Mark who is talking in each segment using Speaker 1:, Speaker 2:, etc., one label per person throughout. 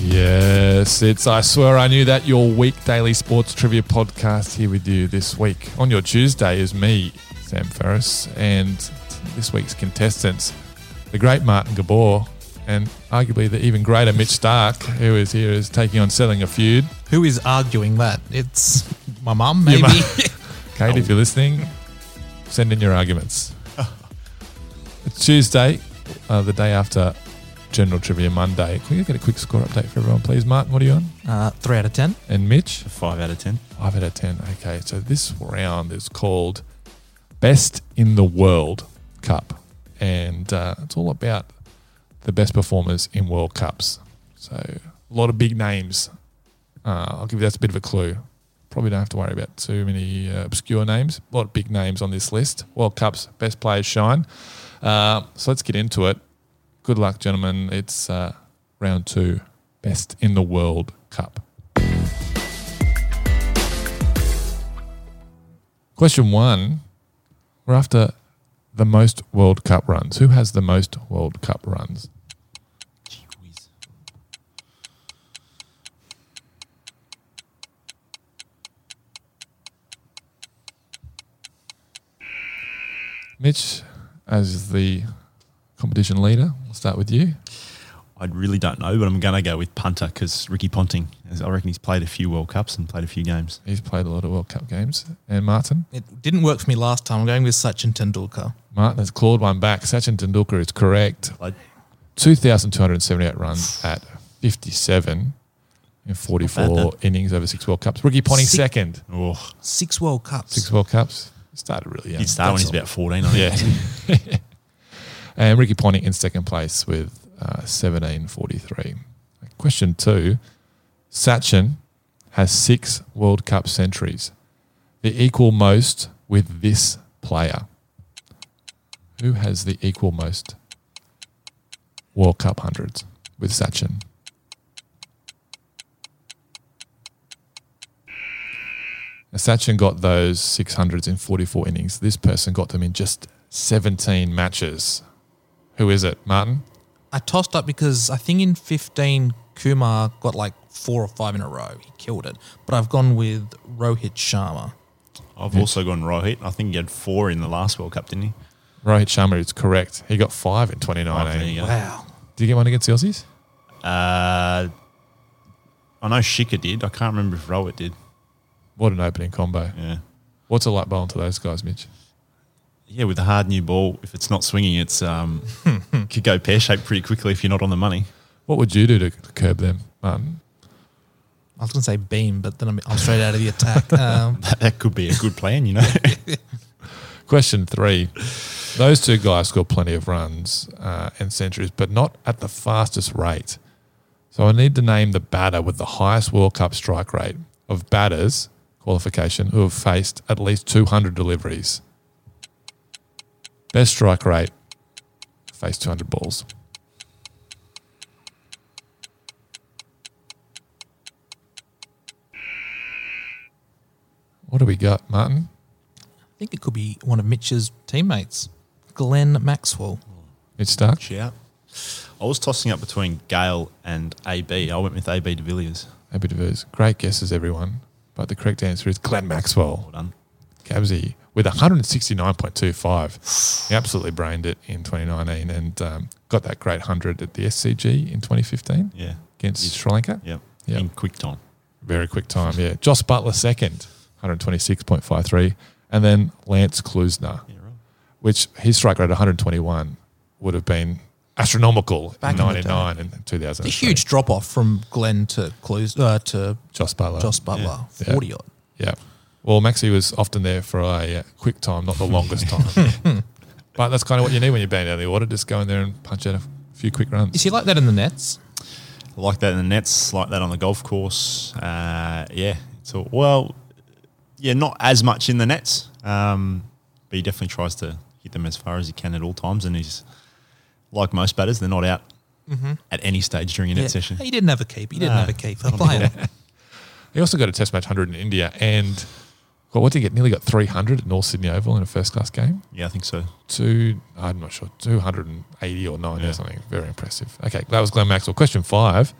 Speaker 1: Yes, it's I Swear I Knew That, your week daily sports trivia podcast here with you this week. On your Tuesday is me, Sam Ferris, and this week's contestants, the great Martin Gabor and arguably the even greater Mitch Stark, who is here is taking on Selling a Feud.
Speaker 2: Who is arguing that? It's my mum,
Speaker 1: Your
Speaker 2: maybe.
Speaker 1: Kate, if you're listening, send in your arguments. it's Tuesday, uh, the day after General Trivia Monday. Can we get a quick score update for everyone, please? Martin, what are you on?
Speaker 2: uh, three out of ten.
Speaker 1: And Mitch?
Speaker 3: Five out of ten.
Speaker 1: Five out of 10. Okay, so this round is called Best in the World Cup. And uh, it's all about the best performers in World Cups. So a lot of big names. Uh, I'll give you that's a bit of a clue. Probably don't have to worry about too many uh, obscure names. A lot of big names on this list. World Cups, best players shine. Uh, so let's get into it. Good luck, gentlemen. It's uh, round two, best in the World Cup. Question one. We're after the most World Cup runs. Who has the most World Cup runs?
Speaker 3: Gee whiz.
Speaker 1: Mitch, as the competition leader, we'll start with you.
Speaker 3: I really don't know, but I'm going to go with punter because Ricky Ponting, as I reckon he's played a few World Cups and played a few games.
Speaker 1: He's played a lot of World Cup games. And Martin?
Speaker 2: It didn't work for me last time. I'm going with Sachin Tendulkar.
Speaker 1: Martin has clawed one back. Sachin Tendulkar is correct.
Speaker 3: Played
Speaker 1: 2,278 runs at 57 in 44 innings over six World Cups. Ricky Ponting
Speaker 2: Six-
Speaker 1: second.
Speaker 3: Oh,
Speaker 2: Six World Cups.
Speaker 1: Six World Cups. Started really young.
Speaker 3: he'd start when
Speaker 1: That's
Speaker 3: he's
Speaker 1: all.
Speaker 3: about 14, I think.
Speaker 1: Yeah. and Ricky Ponting in second place with uh, 1743. Question two Sachin has six World Cup centuries, the equal most with this player. Who has the equal most World Cup hundreds with Sachin? Now, Sachin got those 600s in 44 innings. This person got them in just 17 matches. Who is it, Martin?
Speaker 2: I tossed up because I think in 15 Kumar got like four or five in a row. He killed it. But I've gone with Rohit Sharma.
Speaker 3: I've also gone Rohit. I think he had four in the last World Cup, didn't he?
Speaker 1: Rohit Sharma is correct. He got five in
Speaker 3: Oh, there
Speaker 1: 2019.
Speaker 3: you go.
Speaker 2: Wow.
Speaker 1: Did you get one against the Aussies?
Speaker 3: Uh, I know Shika did. I can't remember if Rohit did.
Speaker 1: What an opening combo.
Speaker 3: Yeah.
Speaker 1: What's a light bowling to those guys, Mitch?
Speaker 3: Yeah, with a hard new ball, if it's not swinging, it's um, could go pear shaped pretty quickly if you're not on the money.
Speaker 1: What would you do to curb them, Martin?
Speaker 2: I was going to say beam, but then I'm, I'm straight out of the attack. Um,
Speaker 3: That, that could be a good plan, you know.
Speaker 1: Question three. Those two guys scored plenty of runs uh, and centuries, but not at the fastest rate. So I need to name the batter with the highest World Cup strike rate of batters qualification who have faced at least 200 deliveries. Best strike rate, face 200 balls. What do we got, Martin?
Speaker 2: I think it could be one of Mitch's teammates, Glenn Maxwell.
Speaker 1: Mitch Stark?
Speaker 3: Shout. I was tossing up between Gale and AB. I went with AB de Villiers.
Speaker 1: Happy to verse. Great guesses, everyone. But the correct answer is Glenn Maxwell.
Speaker 3: Well done.
Speaker 1: Cabsy with 169.25. He absolutely brained it in 2019 and um, got that great 100 at the SCG in 2015
Speaker 3: Yeah.
Speaker 1: against
Speaker 3: Yeah.
Speaker 1: Sri Lanka.
Speaker 3: Yep.
Speaker 1: Yeah.
Speaker 3: In quick time.
Speaker 1: Very quick time, yeah. Joss Butler second, 126.53. And then Lance Klusner,
Speaker 3: Yeah, right.
Speaker 1: which his strike rate at 121 would have been astronomical
Speaker 2: Back in
Speaker 1: in
Speaker 2: the
Speaker 1: 99 and
Speaker 2: It's
Speaker 1: 2000.
Speaker 2: a huge drop off from Glenn to Clues, uh, to
Speaker 1: Joss Butler.
Speaker 2: Joss Butler,
Speaker 1: Yeah.
Speaker 2: 40 odd.
Speaker 1: Yeah. Well, Maxi was often there for a uh, quick time, not the longest time. but that's kind of what you need when you're banned out of the order. Just go in there and punch out a few quick runs.
Speaker 2: Is he like that in the nets?
Speaker 3: I like that in the nets, like that on the golf course. Uh, yeah. So, well, yeah, not as much in the nets, um, but he definitely tries to hit them as far as he can at all times. And he's, like most batters, they're not out at any stage during a net
Speaker 2: Yeah.
Speaker 3: session.
Speaker 2: He didn't have a keep. He didn't
Speaker 3: No,
Speaker 2: have a keep.
Speaker 3: not on the
Speaker 2: Fine.
Speaker 1: He also got a Test match 100 in India and got, what did he get? Nearly got 300 at North Sydney Oval in a first class game.
Speaker 3: Yeah, I think so.
Speaker 1: Two, I'm not sure, 280 or 90
Speaker 3: Yeah.
Speaker 1: or something. Very impressive. Okay, that was Glenn Maxwell. Question five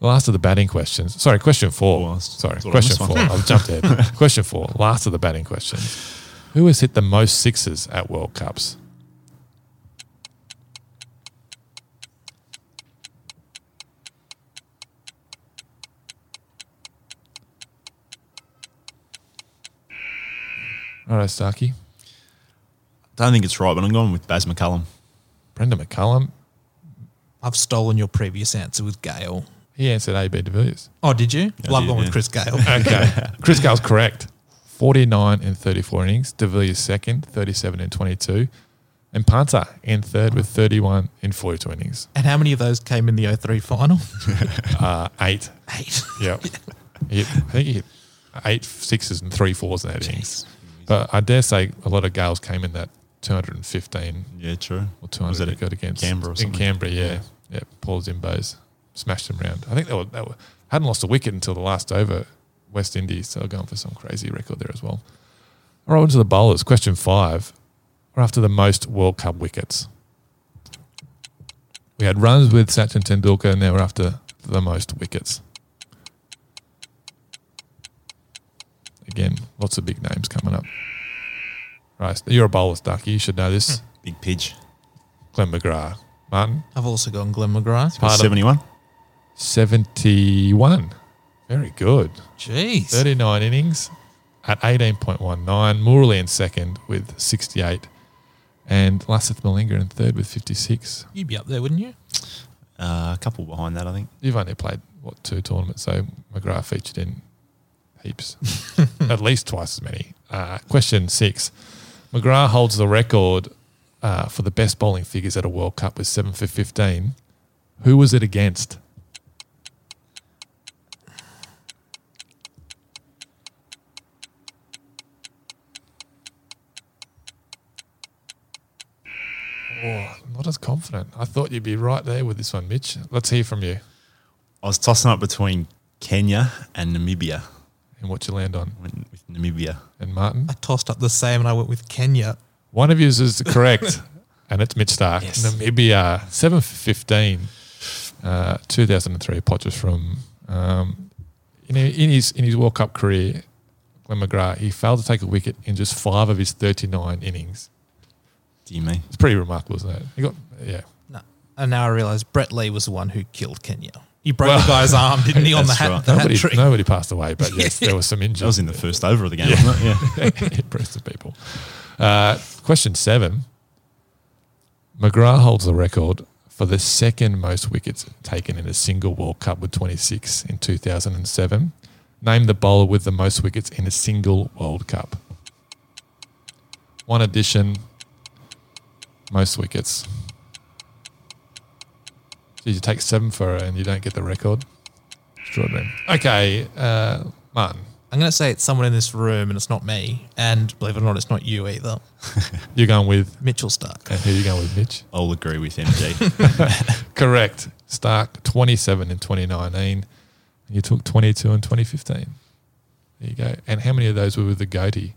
Speaker 1: Last of the batting questions. Sorry, question four.
Speaker 3: Well, that's-
Speaker 1: Sorry,
Speaker 3: that's what I
Speaker 1: question
Speaker 3: missed
Speaker 1: four.
Speaker 3: one.
Speaker 1: I've jumped ahead. question four. Last of the batting questions. Who has hit the most sixes at World Cups? All right, Starkey.
Speaker 3: Don't think it's right, but I'm going with Baz McCullum.
Speaker 1: Brendan McCullum.
Speaker 2: I've stolen your previous answer with Gail.
Speaker 1: He answered AB de Villiers.
Speaker 2: Oh, did you?
Speaker 3: Yeah, I
Speaker 2: well, I've
Speaker 3: did,
Speaker 2: gone
Speaker 3: yeah.
Speaker 2: with Chris Gale.
Speaker 1: Okay. Chris Gale's correct. 49 and 34 innings. De Villiers second, 37 and 22. And Panta in third with 31 and 42 innings.
Speaker 2: and how many of those came in the 03 final?
Speaker 1: Uh, eight.
Speaker 2: Eight.
Speaker 1: Yep. He hit- I think he hit eight sixes and three fours in that innings.
Speaker 2: Jeez.
Speaker 1: But I dare say a lot of Gales came in that 215
Speaker 3: Yeah, true.
Speaker 1: or 200
Speaker 3: Was that
Speaker 1: he
Speaker 3: at
Speaker 1: got against.
Speaker 3: Canberra or
Speaker 1: in
Speaker 3: something?
Speaker 1: Canberra, yeah.
Speaker 3: Yeah.
Speaker 1: Yeah, Paul Zimbo's smashed them round. I think they were, they were hadn't lost a wicket until the last over West Indies, so going for some crazy record there as well. All right, on to the bowlers. Question five. We're after the most World Cup wickets. We had runs with Sachin Tendulkar, and now we're after the most wickets. Again, lots of big names coming up. Right, you're a bowler, Starkey. You should know this.
Speaker 3: Big Pidge.
Speaker 1: Glenn McGrath. Martin,
Speaker 2: I've also gone Glenn McGrath.
Speaker 1: Pardon?
Speaker 3: 71.
Speaker 1: 71. Very good.
Speaker 2: Jeez.
Speaker 1: 39 innings at 18.19. Morley in second with 68. And Lassith Malinga in third with 56.
Speaker 2: You'd be up there, wouldn't you?
Speaker 3: Uh, a couple behind that, I think.
Speaker 1: You've only played, what, two tournaments, so McGrath featured in heaps. At least twice as many. Uh, question six. McGrath holds the record uh, for the best bowling figures at a World Cup with 7 for 15. Who was it against? Oh, not as confident. I thought you'd be right there with this one, Mitch. Let's hear from you
Speaker 3: I was tossing up between Kenya and Namibia.
Speaker 1: and what you land on.
Speaker 3: I went with Namibia.
Speaker 1: And Martin,
Speaker 2: I tossed up the same and I went with Kenya.
Speaker 1: one of yours is correct, and it's Mitch Stark.
Speaker 2: Yes.
Speaker 1: Namibia, 7 for 15, uh, 2003, Potter's from. Um, in, in, his, in his World Cup career, Glenn McGrath, he failed to take a wicket in just five of his 39 innings.
Speaker 3: Do you mean?
Speaker 1: It's pretty remarkable, isn't it? He got, yeah.
Speaker 2: No. And now I realise Brett Lee was the one who killed Kenya. He broke
Speaker 1: Well-
Speaker 2: the guy's arm, didn't he, on the
Speaker 3: That's
Speaker 2: hat,
Speaker 3: right.
Speaker 2: the hat
Speaker 1: Nobody,
Speaker 2: trick?
Speaker 1: nobody passed away, but yes, there was some injuries.
Speaker 3: That was in the first over of the game, wasn't it? Yeah.
Speaker 1: impress the people. Uh, question seven. McGrath holds the record for the second most wickets taken in a single World Cup with 26 in 2007. Name the bowler with the most wickets in a single World Cup. One addition, most wickets. So you take seven for it and you don't get the record. Extraordinary. Okay, uh, Martin,
Speaker 2: I'm going to say it's someone in this room and it's not me. And believe it or not, it's not you either.
Speaker 1: you're going with,
Speaker 2: Mitchell Stark.
Speaker 1: and who are you going with, Mitch?
Speaker 3: I'll agree with MG.
Speaker 1: Correct. Stark, 27 in 2019. And you took 22 in 2015. There you go. And how many of those were with the goatee?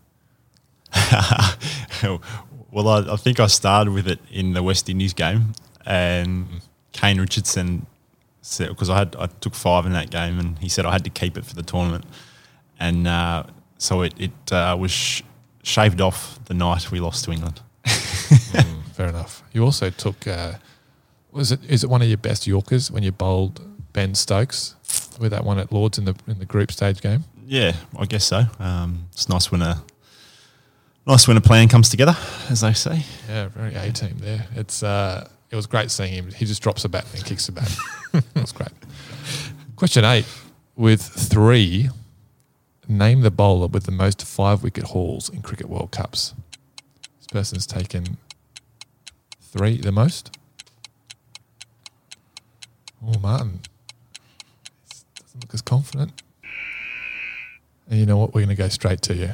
Speaker 3: well, I, I think I started with it in the West Indies game, and Kane Richardson said because I had I took five in that game, and he said I had to keep it for the tournament, and uh, so it it uh, was sh- shaved off the night we lost to England.
Speaker 1: Mm, fair enough. You also took, uh, was it, is it one of your best Yorkers when you bowled Ben Stokes with that one at Lords in the, in the group stage game?
Speaker 3: Yeah, I guess so. Um, it's nice when a nice when a plan comes together, as they say.
Speaker 1: Yeah, very A team there. It's uh, it was great seeing him. He just drops a bat and kicks a bat. that was great. Question eight: With three, name the bowler with the most five wicket hauls in cricket World Cups. This person's taken three, the most. Oh, Martin doesn't look as confident. And you know what? We're going to go straight to you.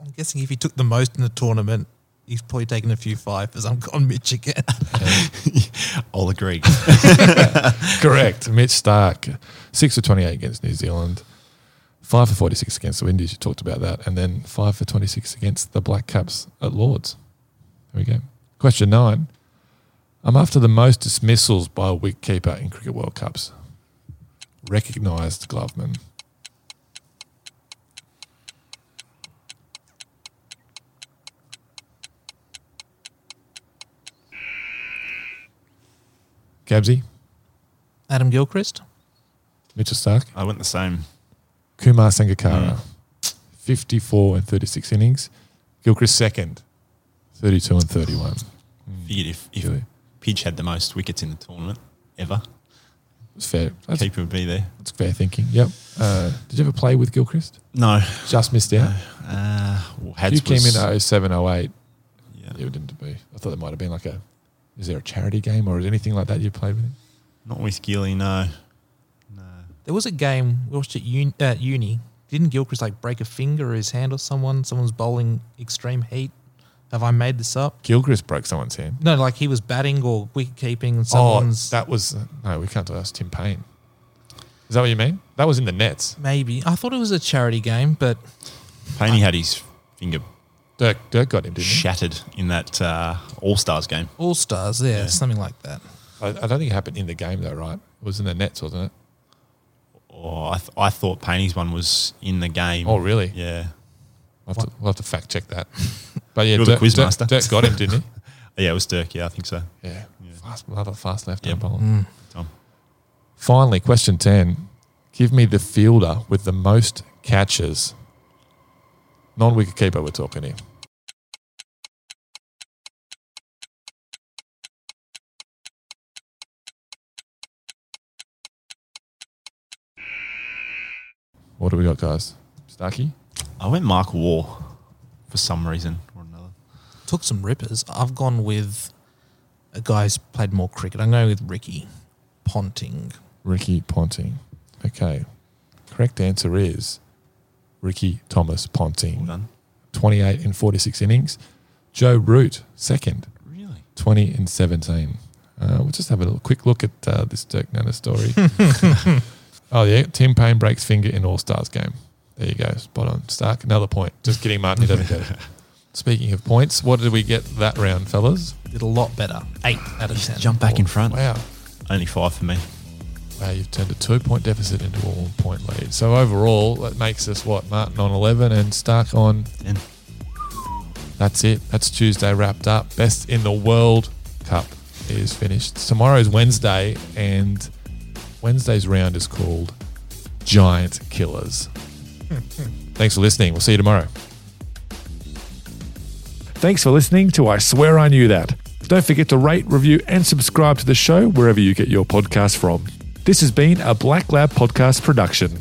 Speaker 2: I'm guessing if he took the most in the tournament, he's probably taken a few fivers. I'm gone Mitch again.
Speaker 3: I'll agree.
Speaker 1: Correct. Mitch Stark, 6 for 28 against New Zealand, 5 for 46 against the Windies. You talked about that. And then 5 for 26 against the Black Caps at Lords. There we go. Question nine. I'm after the most dismissals by a wicketkeeper in Cricket World Cups. recognised Gloveman. Gabsy,
Speaker 2: Adam Gilchrist.
Speaker 1: Mitchell Stark,
Speaker 3: I went the same.
Speaker 1: Kumar Sangakkara, 54 and 36 innings. Gilchrist second, 32 and 31.
Speaker 3: Figured if, if
Speaker 1: Really?
Speaker 3: Pidge had the most wickets in the tournament ever,
Speaker 1: It's fair. That's,
Speaker 3: keeper would be there.
Speaker 1: that's fair thinking. Yep. Uh, did you ever play with Gilchrist?
Speaker 3: No.
Speaker 1: Just missed out.
Speaker 3: Uh, well, Hads
Speaker 1: you came
Speaker 3: was-
Speaker 1: in uh, 07, 08.
Speaker 3: yeah,
Speaker 1: It didn't be. I thought it might have been like a. Is there a charity game or is anything like that you played with him?
Speaker 3: Not with Gilly, no. No.
Speaker 2: There was a game we watched at uni. At uni. Didn't Gilchrist like break a finger or his hand or someone? Someone's bowling extreme heat. Have I made this up?
Speaker 1: Gilchrist broke someone's hand.
Speaker 2: No, like he was batting or wicket keeping and someone's
Speaker 1: Oh, that was no. We can't do that. That's Tim Payne. Is that what you mean? That was in the nets.
Speaker 2: maybe. I thought it was a charity game, but
Speaker 3: Paney had his finger
Speaker 1: Dirk, Dirk got him, didn't he?
Speaker 3: shattered in that uh, All Stars game.
Speaker 2: All Stars, yeah, something like that.
Speaker 1: I, I don't think it happened in the game though, right? It was in the nets, wasn't it?
Speaker 3: Oh, I, th- I thought Paney's one was in the game.
Speaker 1: Oh, really?
Speaker 3: Mm. Yeah.
Speaker 1: I'll have, to, we'll have to fact check that. But yeah,
Speaker 3: You're the
Speaker 1: Dirk,
Speaker 3: quiz
Speaker 1: Dirk-
Speaker 3: master.
Speaker 1: Dirk got him, didn't
Speaker 3: Yeah, it was Dirk. Yeah, I think so.
Speaker 1: he? Yeah. Fast, another fast left hand
Speaker 3: Yep.
Speaker 1: bowler.
Speaker 3: Tom.
Speaker 1: Finally, question 10. Give me the fielder with the most catches. Non wicket keeper, we're talking here. What do we got, guys? Starkey?
Speaker 3: I went Mark War for some reason or another.
Speaker 2: Took some rippers. I've gone with a guy who's played more cricket. I'm going with Ricky Ponting.
Speaker 1: Ricky Ponting. Okay. Correct answer is Ricky Thomas
Speaker 3: Well
Speaker 1: Ponting.
Speaker 3: done.
Speaker 1: 28 and 46 innings. Joe Root, second,
Speaker 3: Really?
Speaker 1: 20 and 17. Uh, we'll just have a little quick look at uh, this Dirk Nana story. oh, yeah. Tim Payne breaks finger in All Stars game. There you go. Spot on. Stark, another point. Just kidding, Martin. You don't get it. Speaking of points, what did we get that round, fellas?
Speaker 2: Did a lot better. Eight out of ten.
Speaker 3: back in front.
Speaker 1: Wow.
Speaker 3: Only five for me.
Speaker 1: Wow, you've turned a two point deficit into a one point lead. So overall, that makes us what? Martin on 11 and Stark on
Speaker 3: And
Speaker 1: That's it. That's Tuesday wrapped up. Best in the World Cup is finished. Tomorrow's Wednesday, and Wednesday's round is called Giant Killers. Thanks for listening. We'll see you tomorrow. Thanks for listening to I Swear I Knew That. Don't forget to rate, review, and subscribe to the show wherever you get your podcast from. This has been a Black Lab Podcast production.